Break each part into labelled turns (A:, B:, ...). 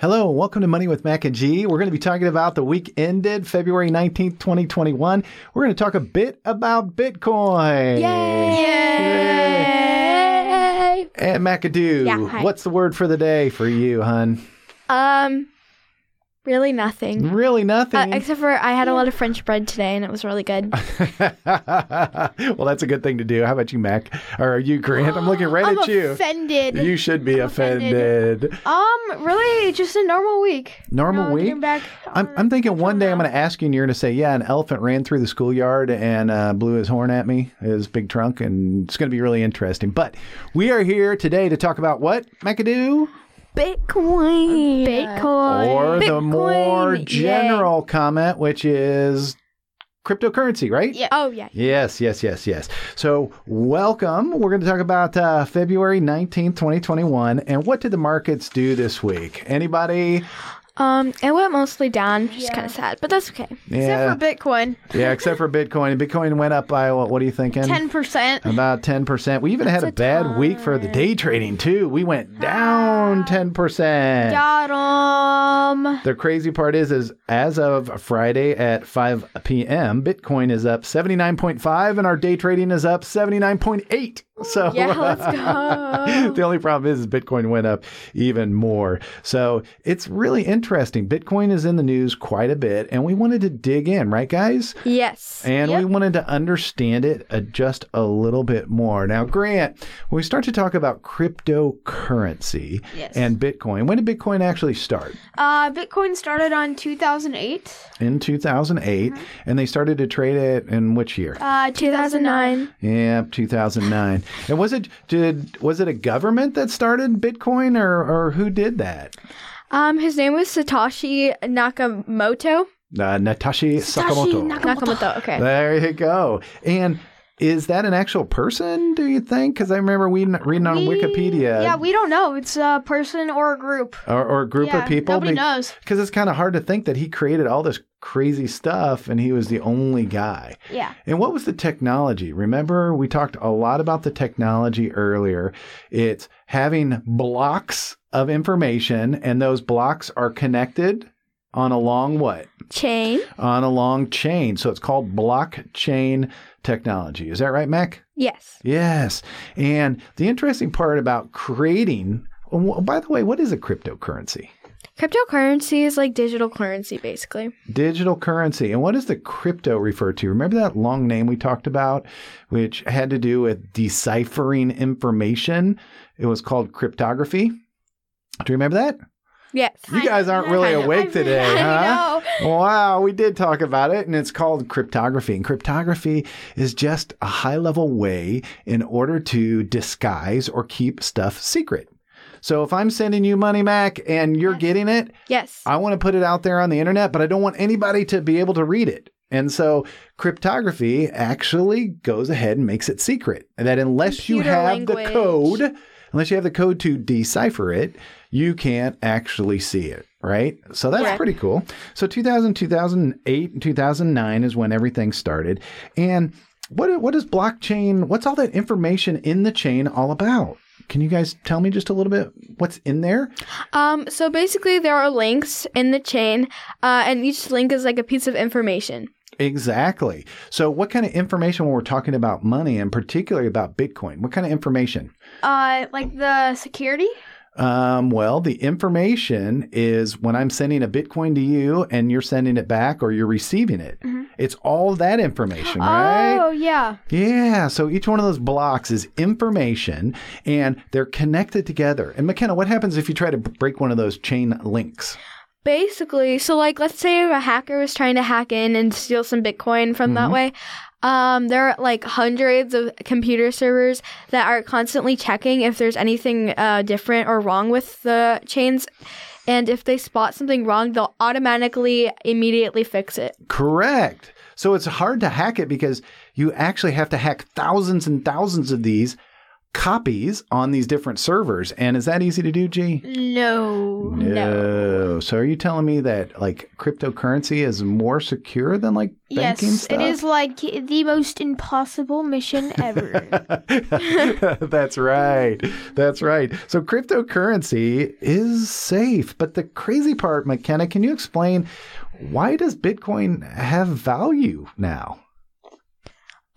A: Hello, and welcome to Money with Mac and G. We're going to be talking about the week ended February 19th, 2021. We're going to talk a bit about Bitcoin.
B: Yay!
A: And McAdoo,
B: Yeah, hi.
A: what's the word for the day for you, hun?
B: Um, really nothing.
A: Really
B: Uh,
A: nothing.
B: except for I had a lot of French bread today, and it was really good.
A: well, that's a good thing to do. How about you, Mac? Or are you, Grant? I'm looking right
C: I'm
A: at you.
C: offended.
A: You should be
C: offended.
A: offended.
C: um, really, just a normal week.
A: Normal
C: Now
A: week?
C: getting back
A: I'm,
C: on
A: I'm thinking one day I'm
C: now.
A: going to ask you, and you're going to say, "Yeah, an elephant ran through the schoolyard and uh, blew his horn at me, his big trunk," and it's going to be really interesting. But we are here today to talk about what McAdoo,
B: Bitcoin. Bitcoin.
A: or the
B: Bitcoin,
A: more
B: yay.
A: general comment, which is cryptocurrency, right?
C: Yeah.
B: Oh yeah.
A: Yes, yes, yes, yes. So, welcome. We're going to talk about uh, February 19th, 2021, and what did the markets do this week? Anybody?
B: Um, it went mostly down, which is
C: Yeah.
B: kind of sad, but that's okay.
A: yeah,
C: Except for Bitcoin,
A: yeah, except for Bitcoin. And Bitcoin went up by what? What are you thinking?
C: ten percent.
A: About 10%. We even had a,
B: a
A: bad week for the day trading, too. We went down 10%.
C: Got 'em.
A: The crazy part is, is as of Friday at 5 p.m., Bitcoin is up 79.5 and our day trading is up 79.8. So uh,
B: Yeah, let's go.
A: the only problem is, is Bitcoin went up even more. So it's really interesting. Bitcoin is in the news quite a bit and we wanted to dig in, right guys?
B: yes.
A: And we
C: Yep.
A: wanted to understand it uh, just a little bit more. Now, Grant, when we start to talk about cryptocurrency
C: Yes.
A: and Bitcoin, when did Bitcoin actually start?
C: Uh, Bitcoin started on 2008.
A: In 2008, and they started to trade it in which year?
C: Mm-hmm. Uh,
B: 2009.
A: yeah, 2009. and was it did was it a government that started Bitcoin, or or who did that?
B: Um, his name was Satoshi Nakamoto.
A: Uh, Natashi Sakamoto.
B: Nakamoto. Okay.
A: There you go. And is that an actual person? Do you think? Because I remember reading reading on
C: We-
A: Wikipedia.
C: Yeah, we don't know. It's a person or a group.
A: or, or a group
C: yeah,
A: of people.
C: Nobody knows.
A: Because it's kind of hard to think that he created all this crazy stuff and he was the only guy.
C: Yeah.
A: And what was the technology? Remember, we talked a lot about the technology earlier. It's having blocks of information, and those blocks are connected on a long what?
B: Chain.
A: On a long chain. So it's called blockchain technology. Is that right, Mac?
B: Yes.
A: Yes. And the interesting part about creating, oh, by the way, what is a cryptocurrency?
B: Cryptocurrency is like digital currency, basically.
A: Digital currency. And what does the crypto refer to? Remember that long name we talked about, which had to do with deciphering information? It was called cryptography. Do you remember that?
B: Yes.
A: You guys aren't really
B: Kind of.
A: awake today,
C: I
A: huh?
C: know.
A: Wow, we did talk about it, and it's called cryptography. And cryptography is just a high level way in order to disguise or keep stuff secret. So if I'm sending you money, Mac, and you're getting it,
B: Yes.
A: I want to put it out there on the internet, but I don't want anybody to be able to read it. And so cryptography actually goes ahead and makes it secret. And that unless you
B: Computer
A: have the
B: language.
A: code, unless you have the code to decipher it, you can't actually see it, right? So that's
B: Yeah.
A: pretty cool. So 2000, 2008, and 2009 is when everything started. And what what is blockchain? What's all that information in the chain all about? Can you guys tell me just a little bit what's in there?
B: Um, so basically, there are links in the chain, uh, and each link is like a piece of information.
A: Exactly. So, what kind of information when we're talking about money and particularly about Bitcoin? What kind of information?
C: Uh, like the security.
A: Um, well, the information is when I'm sending a Bitcoin to you and you're sending it back or you're receiving it. It's all that information, right?
C: Oh yeah.
A: Yeah. So each one of those blocks is information and they're connected together. And McKenna, what happens if you try to b- break one of those chain links?
B: Basically, so like, let's say a hacker was trying to hack in and steal some Bitcoin from that way. Um, there are like hundreds of computer servers that are constantly checking if there's anything uh, different or wrong with the chains. And if they spot something wrong, they'll automatically immediately fix it.
A: Correct. So it's hard to hack it because you actually have to hack thousands and thousands of these copies on these different servers. And is that easy to do, G?
C: No.
A: No. So are you telling me that like cryptocurrency is more secure than like banking
C: Yes,
A: stuff?
C: it is like the most impossible mission ever.
A: That's right. That's right. So cryptocurrency is safe, but the crazy part, McKenna, can you explain why does Bitcoin have value now?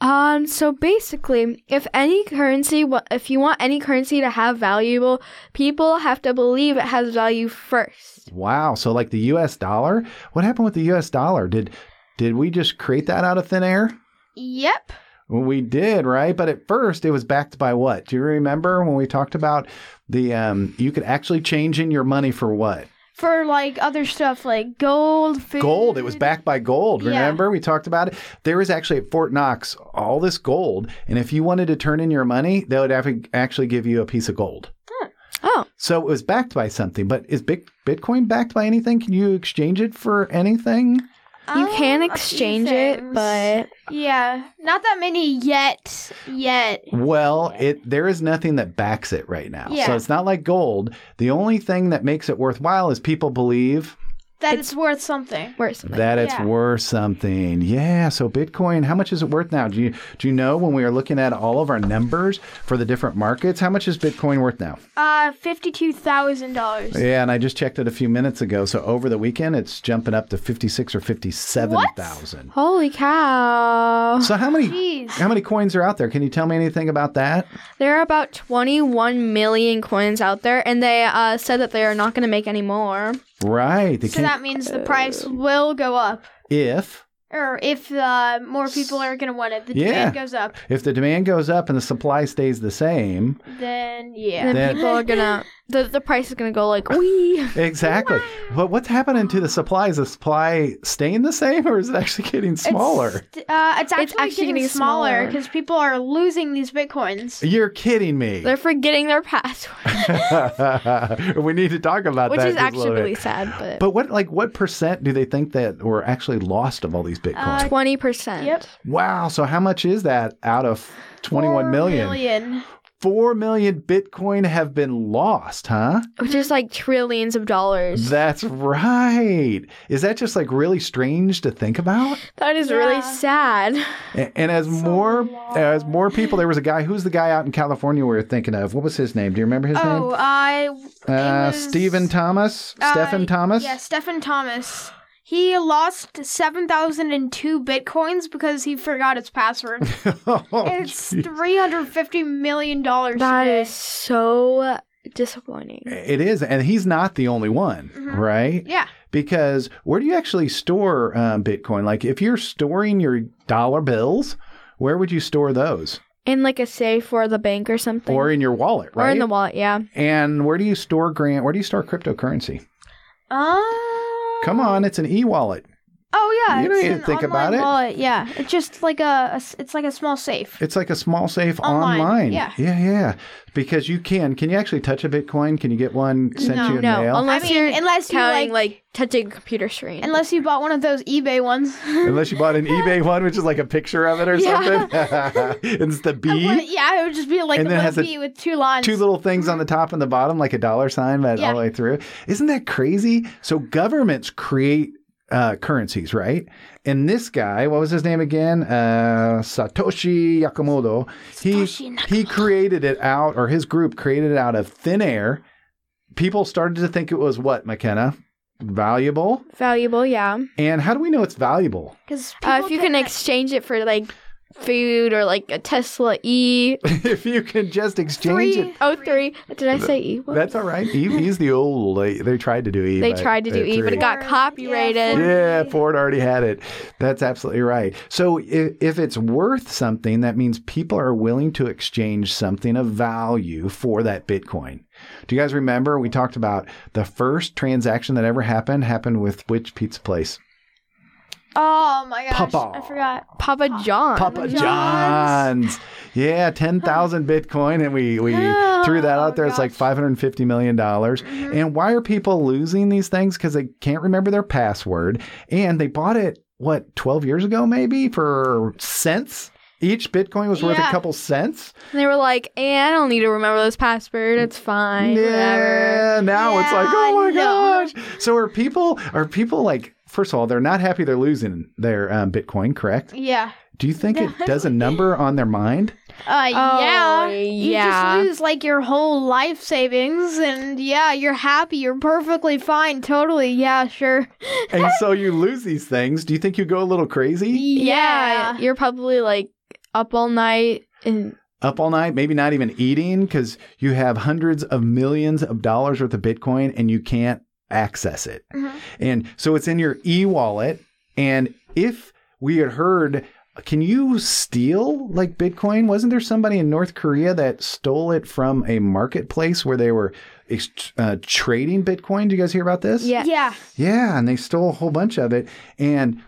B: Um, so basically, if any currency, wa- if you want any currency to have valuable, people have to believe it has value first.
A: Wow. So like the US dollar, what happened with the US dollar? Did did we just create that out of thin air?
C: yep.
A: Well, we did, right? But at first, it was backed by what? Do you remember when we talked about the um, you could actually change in your money for what?
C: For like other stuff like gold, food.
A: Gold. It was backed by gold.
C: Yeah.
A: Remember we talked about it. There was actually at Fort Knox all this gold, and if you wanted to turn in your money, they would have actually give you a piece of gold.
B: Oh,
A: So it was backed by something. But is Bit- Bitcoin backed by anything? Can you exchange it for anything?
B: you
C: Um,
B: can
C: a few
B: exchange it,
C: things.
B: but
C: Yeah, not that many yet. Yet.
A: Well, it there is nothing that backs it right now. So
C: Yeah.
A: it's not like gold. The only thing that makes it worthwhile is people believe
C: That it's, worth something.
B: worse. than
A: that it's
C: yeah.
A: worth something. Yeah. So Bitcoin, how much is it worth now? Do you do you know when we are looking at all of our numbers for the different markets? How much is Bitcoin worth now?
C: Uh, fifty-two thousand dollars.
A: Yeah, and I just checked it a few minutes ago. So over the weekend, it's jumping up to fifty six or fifty seven thousand.
B: Holy cow!
A: So how many
C: Jeez.
A: how many coins are out there? Can you tell me anything about that?
B: There are about 21 million coins out there, and they uh, said that they are not going to make any more.
A: Right. They
C: So
A: can't-
C: that means the price
A: Uh.
C: will go up,
A: if
C: or if uh, more people are gonna want it, the
A: Yeah.
C: demand goes up.
A: if the demand goes up and the supply stays the same,
C: Then yeah.
B: And
A: That-
B: then people are gonna the the price is gonna go like wee.
A: Exactly. But what's happening to the supply? Is the supply staying the same or is it actually getting smaller?
C: It's, uh, it's actually,
B: actually
C: getting,
B: getting
C: smaller
B: smaller.
C: because people are losing these bitcoins.
A: You're kidding me.
B: They're forgetting their password,
A: we need to talk about
B: which
A: that.
B: is
A: just a
B: actually
A: little bit.
B: really sad. But
A: But what like what percent do they think that were actually lost of all these bitcoins?
C: Uh,
B: twenty percent.
C: Yep.
A: wow, so how much is that out of 21
C: Four
A: million?
C: million.
A: 4 million bitcoin have been lost, huh?
B: Which is like trillions of dollars.
A: That's right. Is that just like really strange to think about?
B: that is really
C: Yeah.
B: sad.
A: A- And as more as more people, there was a guy. Who's the guy out in California we were thinking of? What was his name? Do you remember his
C: Oh, I.
A: name? Uh,
C: was-
A: Stephen Thomas,
C: Uh,
A: Stephen Thomas.
C: Yeah, Stephen Thomas. He lost 7,002 bitcoins because he forgot his password.
A: Oh,
C: it's
A: gee.
C: $350 million.
B: That
C: today.
B: is so disappointing.
A: It is, and he's not the only one,
C: Mhm.
A: right?
C: Yeah.
A: Because where do you actually store um, Bitcoin? Like, if you're storing your dollar bills, where would you store those?
B: In like a safe or the bank or something,
A: Or in your wallet,
B: Or
A: right?
B: in the wallet. Yeah.
A: and where do you store grant? Where do you store cryptocurrency?
C: Uh,
A: Come on, it's an e-wallet.
C: Oh, yeah.
A: You don't
C: it's
A: even
C: an
A: think
C: online
A: about it.
C: Wallet. Yeah. It's just like a, a s- it's like a small safe.
A: It's like a small safe online.
C: Online, yeah.
A: yeah, yeah. Because you can. Can you actually touch a Bitcoin? Can you get one sent to
C: No.
A: you in
B: No,
A: mail?
B: unless
C: I mean,
B: you're
C: unless you,
B: counting
C: like-
B: like, touching a computer screen.
C: Unless you bought one of those eBay ones.
A: Unless you bought an eBay one, which is like a picture of it or
C: Yeah.
A: something. and it's the B.
C: yeah, it would just be like
A: And
C: a
A: then it
C: little
A: has a-
C: bee with two lines.
A: Two little things
B: Mm-hmm.
A: on the top and the bottom, like a dollar sign, but all
C: Yeah.
A: the way through. Isn't that crazy? So governments create uh, currencies, right? And this guy, what was his name again? Uh, Satoshi Yakamoto. He
C: Satoshi
A: he created it out, or his group created it out of thin air. People started to think it was what McKenna valuable.
B: Valuable, yeah.
A: And how do we know it's valuable?
C: Because
B: Uh, if you can exchange it for like food or like a Tesla E
A: if you can just exchange it.
B: oh three. Did I say E? What?
A: That's all right. E, E's the old. They, they tried to do E.
B: they
A: but
B: tried to do
A: they
B: E, but it
A: threw
B: got
C: Yeah,
B: copyrighted.
C: for-
A: Yeah, Ford already had it. That's absolutely right. So if, if it's worth something, that means people are willing to exchange something of value for that Bitcoin. Do you guys remember we talked about the first transaction that ever happened happened with which pizza place?
C: Oh my gosh,
A: Papa.
C: I forgot.
B: Papa John.
A: Papa
C: John's.
A: John's. Yeah, 10,000 Bitcoin. And we, we threw that
C: Oh, Mm-hmm.
A: out there. It's like $550 million. And why are people losing these things? Because they can't remember their password. And they bought it, what, 12 years ago, maybe for cents? Each Bitcoin was worth a
C: Yeah.
A: couple cents.
B: And they were like, eh, I don't need to remember this password. It's fine. Whatever.
A: Yeah, now it's like,
C: Yeah,
A: oh my
C: I know.
A: gosh. So are people are people like first of all, they're not happy they're losing their um, Bitcoin, correct?
C: Yeah.
A: Do you think it does a number on their mind?
C: Uh,
B: Oh,
C: yeah.
B: yeah.
C: You just lose like your whole life savings, and yeah, you're happy. You're perfectly fine. Totally. Yeah. Sure.
A: And so you lose these things. Do you think you go a little crazy?
B: Yeah. You're probably like up all night and
A: Up all night, maybe not even eating because you have hundreds of millions of dollars worth of Bitcoin and you can't access it.
C: Mhm.
A: And so it's in your e wallet. And if we had heard, can you steal like Bitcoin? Wasn't there somebody in North Korea that stole it from a marketplace where they were ex- uh, trading Bitcoin? Do you guys hear about this?
B: yeah.
C: Yeah.
A: Yeah, and they stole a whole bunch of it. And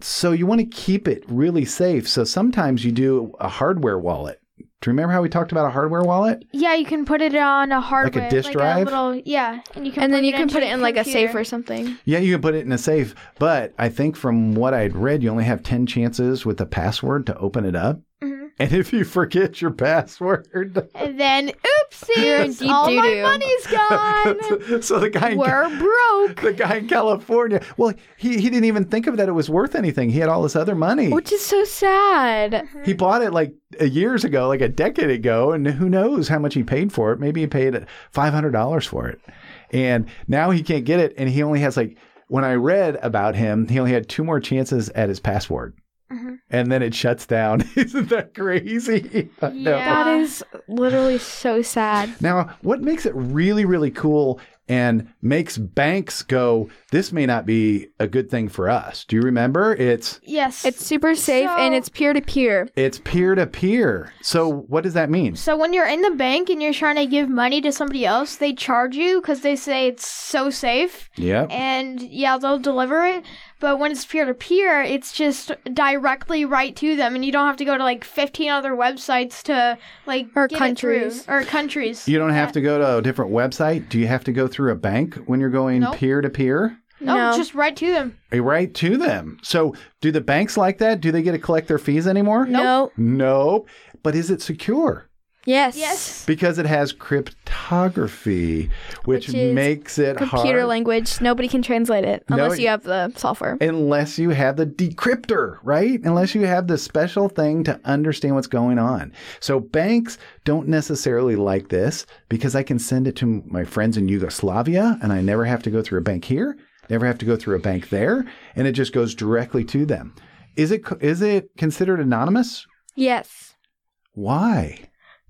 A: so you want to keep it really safe. So sometimes you do a hardware wallet. Do you remember how we talked about a hardware wallet?
C: Yeah, you can put it on a hardware,
A: disk drive?
C: little, yeah, and you can.
B: And then
C: plug
B: you can
C: into
B: put it
C: your
B: in like a
C: computer.
B: safe or something.
A: Yeah, you can put it in a safe, but I think from what I'd read, you only have 10 chances with a password to open it up.
C: Mhm.
A: And if you forget your password,
C: And then, oopsies!
B: You're in deep
C: all
B: doo-doo.
C: my money's gone.
A: so the guy in,
C: We're broke.
A: the guy in California, well, he, he didn't even think of that it was worth anything. He had all this other money.
B: Which is so sad.
A: He bought it like uh, years ago, like a decade ago, and who knows how much he paid for it. Maybe he paid $500 for it. And now he can't get it. And he only has like, when I read about him, he only had two more chances at his password.
C: Mhm.
A: And then it shuts down. Isn't that crazy? I know.
C: Yeah.
B: That is literally so sad.
A: Now, what makes it really, really cool and makes banks go, this may not be a good thing for us? Do you remember? It's
C: Yes.
B: It's super safe
C: So-
B: and it's peer to peer.
A: it's peer to peer. So what does that mean?
C: so when you're in the bank and you're trying to give money to somebody else, they charge you because they say it's so safe,
A: Yep.
C: and yeah, they'll deliver it. But when it's peer to peer, it's just directly right to them, and you don't have to go to like 15 other websites to like
B: Or
C: get it through.
B: countries.
C: or countries.
A: You don't have to go to a different website. Do you have to go through a bank when you're going
C: Nope.
A: peer to peer?
C: no,
B: No.
C: just right to them.
A: Right to them. So, do the banks like that? Do they get to collect their fees anymore?
B: No.
A: Nope. But is it secure?
B: Yes.
C: Yes.
A: Because it has cryptography, which,
B: Which is
A: makes it
B: Computer
A: hard
B: language. Nobody can translate it
A: No,
B: unless
A: it-
B: you have the software.
A: unless you have the decryptor, right? Unless you have the special thing to understand what's going on. So banks don't necessarily like this because I can send it to my friends in Yugoslavia and I never have to go through a bank here, never have to go through a bank there, and it just goes directly to them. Is it is it considered anonymous?
B: Yes.
A: Why?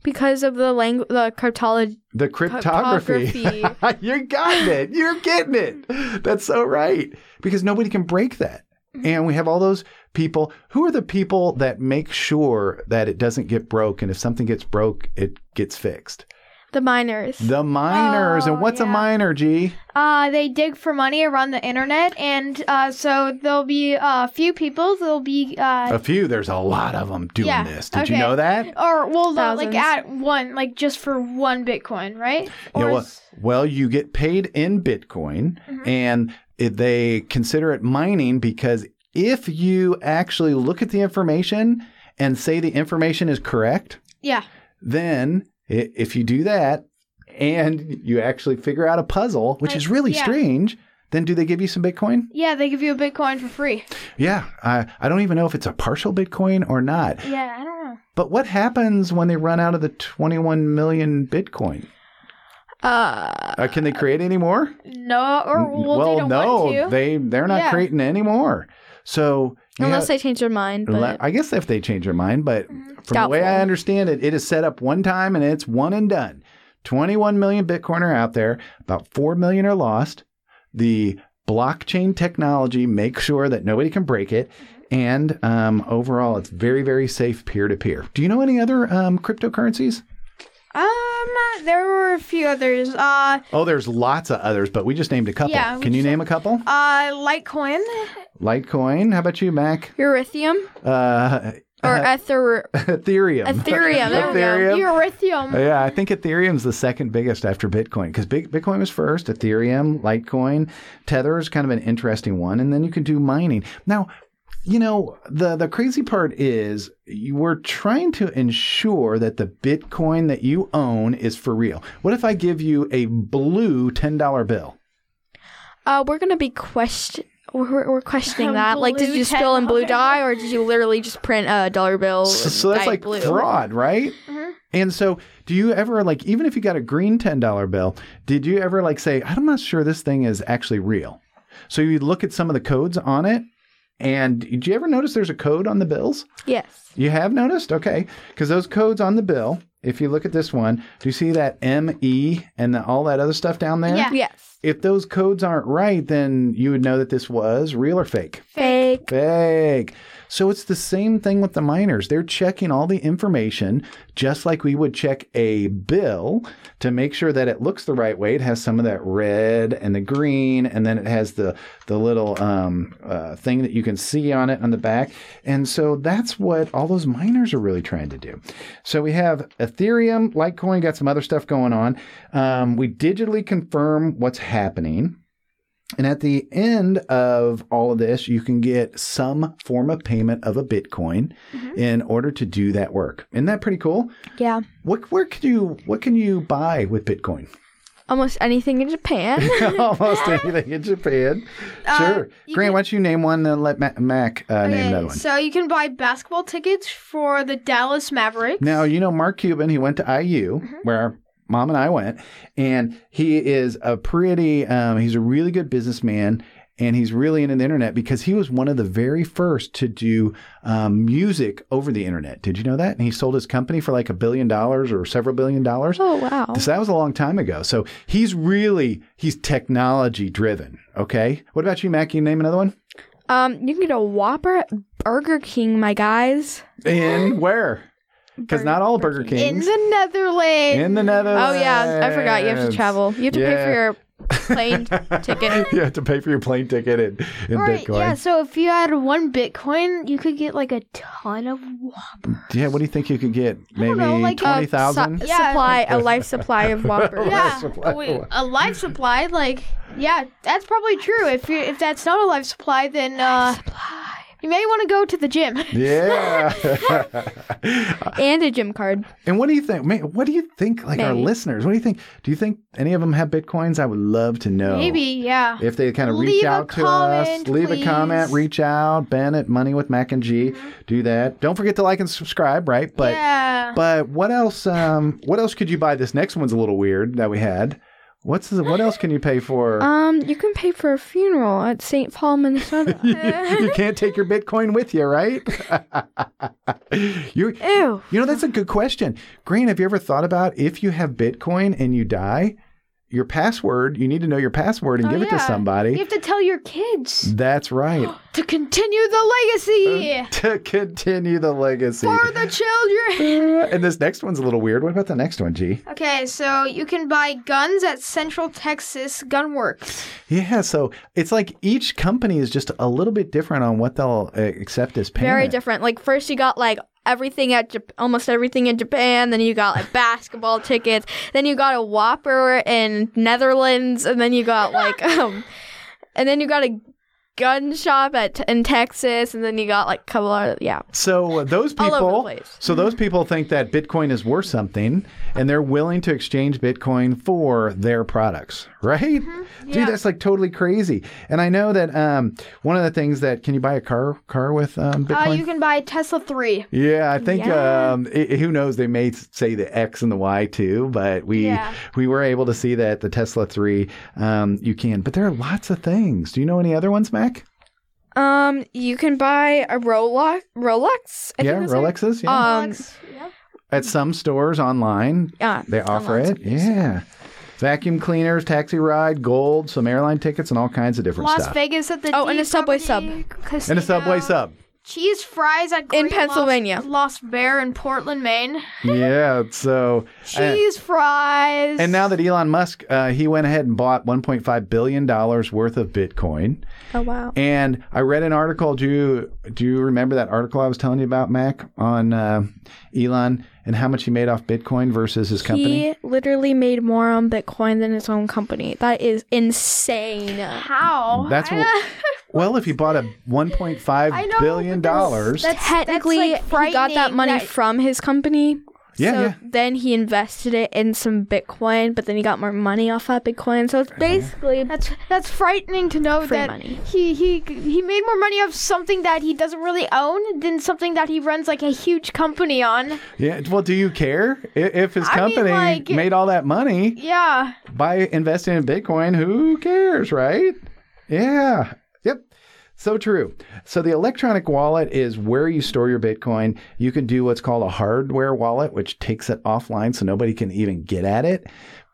B: Because of the language, the cryptology.
A: The cryptography.
B: Cryptography.
A: you got it. You're getting it. That's so right. Because nobody can break that.
C: Mm-hmm.
A: And we have all those people. Who are the people that make sure that it doesn't get broke? And if something gets broke, it gets fixed.
B: The miners.
A: The miners.
C: Oh,
A: and what's a
C: yeah.
A: miner, G?
C: Uh, they dig for money around the internet, and uh, so there'll be uh, a few people. There'll be uh,
A: A few. There's a lot of them doing
C: Yeah,
A: this. Did you
C: okay.
A: know that?
C: or well, no, like
B: Thousands.
C: at one, like just for one Bitcoin, right?
A: Yeah,
C: Or
A: well,
C: is-
A: well, you get paid in Bitcoin,
C: Mm-hmm.
A: and it, they consider it mining because if you actually look at the information and say the information is correct,
C: yeah,
A: then i- if you do that and you actually figure out a puzzle, which
C: Right.
A: is really
C: Yeah.
A: strange, then do they give you some Bitcoin?
C: yeah, they give you a Bitcoin for free.
A: Yeah, I, I don't even know if it's a partial Bitcoin or not.
C: Yeah, I don't know.
A: But what happens when they run out of the 21 million Bitcoin?
B: uh,
A: Uh, can they create any more?
C: No, or
A: N-
C: well, they don't
A: no,
C: want to.
A: they they're not
C: Yeah.
A: creating any more. So you
B: unless
A: have-
B: they change their mind.
A: Unle-
B: But Mm-hmm.
A: I guess if they change their mind, but from the way I
B: Doubtful.
A: understand it, it is set up one time and it's one and done. 21 million Bitcoin are out there, about 4 million are lost. The blockchain technology makes sure that nobody can break it.
B: Mm-hmm.
A: And um, overall, it's very, very safe peer to peer. Do you know any other um, cryptocurrencies?
C: Um, there were a few others. Uh,
A: Oh, there's lots of others, but we just named a couple.
C: Yeah, we
A: can you
C: just-
A: name a couple?
C: uh, Litecoin.
A: Litecoin. How about you, Mac?
B: Ethereum
A: Uh,
B: or ether.
A: Ethereum.
B: Ethereum, there we go.
A: Ethereum.
C: Ethereum.
A: Yeah, I think Ethereum's the second biggest after Bitcoin because Big, Bitcoin was first, Ethereum, Litecoin, Tether is kind of an interesting one, and then you can do mining. Now, you know, the the crazy part is you we're trying to ensure that the Bitcoin that you own is for real. What if I give you a blue ten dollar bill?
B: Uh, we're gonna be question. We're, we're questioning that. Like, did
C: Blue
B: you spill in blue
C: $10.
B: dye, or did you literally just print a dollar bill?
A: So,
B: and
A: so that's
B: dye it
A: like
B: blue? Mm-hmm.
A: fraud, right?
C: Mhm.
A: And so, do you ever like, even if you got a green ten dollar bill, did you ever like say, "I'm not sure this thing is actually real"? So you look at some of the codes on it, and did you ever notice there's a code on the bills?
B: Yes.
A: You have noticed? Okay. Because those codes on the bill, if you look at this one, do you see that ME and the, all that other stuff down there?
C: Yeah.
B: Yes.
A: If those codes aren't right, then you would know that this was real or fake.
B: Fake.
A: Fake. So it's the same thing with the miners. They're checking all the information just like we would check a bill to make sure that it looks the right way. It has some of that red and the green, and then it has the the little um, uh, thing that you can see on it on the back. And so that's what all those miners are really trying to do. So we have Ethereum, Litecoin, got some other stuff going on. Um, we digitally confirm what's happening. And at the end of all of this, you can get some form of payment of a Bitcoin
C: Mm-hmm.
A: in order to do that work. Isn't that pretty cool?
B: Yeah.
A: What where can you what can you buy with Bitcoin?
B: Almost anything in Japan.
A: Almost anything in Japan. Sure.
C: Uh, you
A: Grant,
C: can-
A: why don't you name one and let Mac, Mac uh, name that one?
C: So you can buy basketball tickets for the Dallas Mavericks.
A: Now, you know, Mark Cuban, he went to IU,
B: Mm-hmm.
A: where mom and I went, and he is a pretty, um, he's a really good businessman. And he's really into the internet because he was one of the very first to do um, music over the internet. Did you know that? And he sold his company for like a billion dollars or several billion dollars.
B: oh wow.
A: So that was a long time ago. So he's really he's technology driven. Okay. What about you, Mac? You name another one?
B: Um, you can get a Whopper at Burger King, my guys.
A: In where? Because
B: Burger-
A: not all Burger
B: Burger King.
C: in
A: Kings.
C: the Netherlands.
A: In the Netherlands.
B: Oh yeah, I forgot. You have to travel. You have to pay
A: Yeah.
B: for your plane ticket.
A: you have to pay for your plane ticket in, in
C: Or,
A: Bitcoin.
C: Yeah, so if you had one Bitcoin, you could get like a ton of Whopper.
A: Yeah, what do you think you could get? Maybe
C: know, like, uh,
A: twenty thousand.
B: Su-
C: Yeah.
B: Supply a life supply of Whoppers.
A: Yeah.
C: Yeah,
A: supply.
C: we- a life supply. Like, yeah, that's probably true. If you if that's not a life supply, then uh, you may want to go to the gym.
A: yeah.
B: and a gym card.
A: and what do you think? ma- What do you think? Like our
B: Maybe.
A: listeners, what do you think? Do you think any of them have bitcoins? I would love to know.
C: Maybe, yeah.
A: If they kind of
C: Leave
A: reach
C: a
A: out to us,
C: comment,
A: leave a comment,
C: please. Mm-hmm.
A: reach out. Ben at Money with Mac and G, do that. Don't forget to like and subscribe, right? But
C: yeah.
A: but what else? Um, what else could you buy? This next one's a little weird that we had. What's the, what else can you pay for?
B: Um, you can pay for a funeral at St. Paul, Minnesota.
A: you can't take your Bitcoin with you, right? you
B: Ew.
A: you know that's a good question. Green, have you ever thought about if you have Bitcoin and you die, your password, you need to know your password and
C: Oh,
A: give it to
C: yeah.
A: somebody.
C: you have to tell your kids
A: that's right.
C: to continue the legacy
A: to continue the legacy.
C: for the children.
A: and this next one's a little weird. What about the next one, G?
C: Okay, so you can buy guns at Central Texas Gunworks.
A: Yeah, so it's like each company is just a little bit different on what they'll uh, accept as payment.
B: Very different. Like first you got like everything at Jap- almost everything in Japan. Then you got like basketball tickets. Then you got a Whopper in Netherlands, and then you got like um, and then you got a gun shop at in Texas, and then you got like a couple other yeah.
A: So uh, those
B: All
A: people,
B: over the place.
A: so those people think that Bitcoin is worth something, and they're willing to exchange Bitcoin for their products, right?
B: Mm-hmm.
A: Dude, that's like totally crazy. And I know that um, one of the things that can you buy a car car with um, Bitcoin?
C: Uh, you can buy a Tesla 3.
A: Yeah, I think
B: Oh, Yeah.
A: um, i who knows. They may s- say the X and the Y too, but we
C: Yeah.
A: we were able to see that the Tesla three um, you can. But there are lots of things. Do you know any other ones, Mac?
B: Um, you can buy a Rolex. Rolex. I
A: yeah,
B: think that's right.
A: Rolexes. Yeah,
B: Um,
C: Alex, yeah.
A: at some stores online
B: yeah.
A: they offer
B: lots
A: it. Yeah, vacuum cleaners, taxi ride, gold, some airline tickets, and all kinds of different
C: Las
A: stuff.
C: Vegas at the
B: Oh, and
C: D
B: a Subway
C: property, Casino,
A: And a subway sub.
C: Cheese fries at Great
B: Pennsylvania.
C: Lost, Lost Bear in Portland, Maine.
A: yeah, so uh,
C: Cheese fries.
A: And now that Elon Musk, uh, he went ahead and bought 1.5 billion dollars worth of Bitcoin.
B: Oh wow.
A: And I read an article. Do you do you remember that article I was telling you about, Mac, on uh, Elon and how much he made off Bitcoin versus his company?
B: He literally made more on Bitcoin than his own company. That is insane.
C: how?
A: That's
C: I-
A: what- Well, if he bought a one point five
C: I know,
A: billion
C: but
A: dollars,
C: that's-
B: Technically,
C: like,
B: he got that
C: frightening
B: money
C: that-
B: from his company.
A: Yeah,
B: so
A: yeah.
B: then he invested it in some Bitcoin, but then he got more money off that Bitcoin. So it's
A: Oh,
B: basically
C: That's that's frightening to know
B: Free
C: that
B: money.
C: he he he made more money off something that he doesn't really own than something that he runs like a huge company on.
A: yeah. Well, do you care I- if his
C: I mean,
A: company
C: like-
A: made all that money
C: Yeah.
A: by investing in Bitcoin? Who cares, right? Yeah. Yep. So true. So the electronic wallet is where you store your Bitcoin. You can do what's called a hardware wallet, which takes it offline so nobody can even get at it.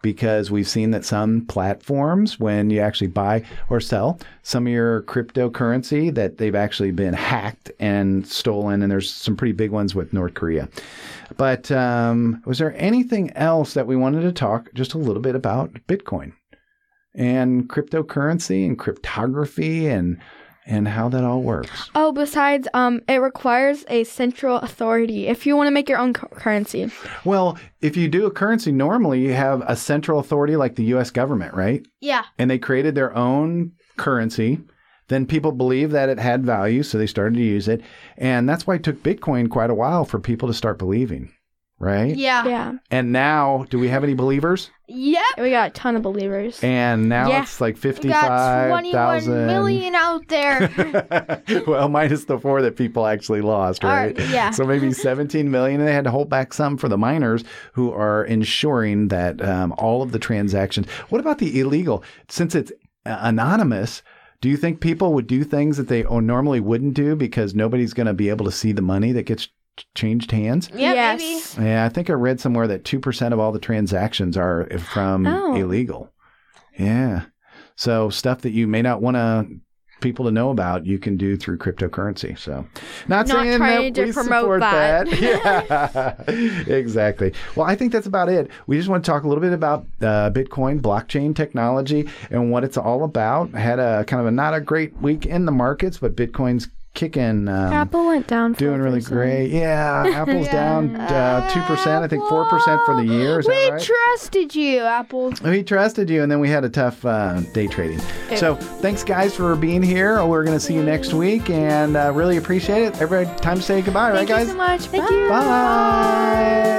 A: Because we've seen that some platforms, when you actually buy or sell some of your cryptocurrency, that they've actually been hacked and stolen. And there's some pretty big ones with North Korea. But um, was there anything else that we wanted to talk just a little bit about Bitcoin and cryptocurrency and cryptography and and how that all works?
B: oh, besides, um, it requires a central authority if you want to make your own cu- currency.
A: Well, if you do a currency, normally you have a central authority like the U.S. government, right?
C: Yeah.
A: And they created their own currency. Then people believed that it had value, so they started to use it, and that's why it took Bitcoin quite a while for people to start believing, right?
C: Yeah.
B: Yeah,
A: And now, do we have any believers?
C: Yep.
B: we got a ton of believers.
A: And now
B: Yeah.
A: it's like
C: We got
A: 55,000.
C: 21 million out there.
A: well, minus the four that people actually lost,
C: Or-
A: right?
C: yeah.
A: So maybe 17 million. And they had to hold back some for the miners who are ensuring that um, all of the transactions. What about the illegal? Since it's uh, anonymous, do you think people would do things that they oh, normally wouldn't do because nobody's going to be able to see the money that gets ch- changed hands?
C: yeah,
B: yes.
C: maybe.
A: Yeah, I think I read somewhere that 2% of all the transactions are from
B: Oh.
A: illegal. Yeah. So stuff that you may not want to people to know about, you can do through cryptocurrency. So not,
B: Not
A: saying
B: trying
A: that
B: to
A: we
B: promote
A: support that.
B: that.
A: yeah. exactly. Well, I think that's about it. We just want to talk a little bit about uh, Bitcoin, blockchain technology, and what it's all about. had a kind of a not a great week in the markets, but Bitcoin's kicking. Um,
B: Apple went down.
A: Doing really
B: 4%.
A: great. Yeah, Apple's
C: Yeah.
A: down uh, 2%, I think 4% for the year. Is
C: we
A: that right?
C: trusted you, Apple.
A: we trusted you, and then we had a tough uh, day trading. So, thanks, guys, for being here. We're going to see you next week, and uh, really appreciate it. Every time to say goodbye,
B: Thank
A: right,
B: you
A: guys?
B: so much.
C: Thank
B: Bye.
C: you.
A: Bye.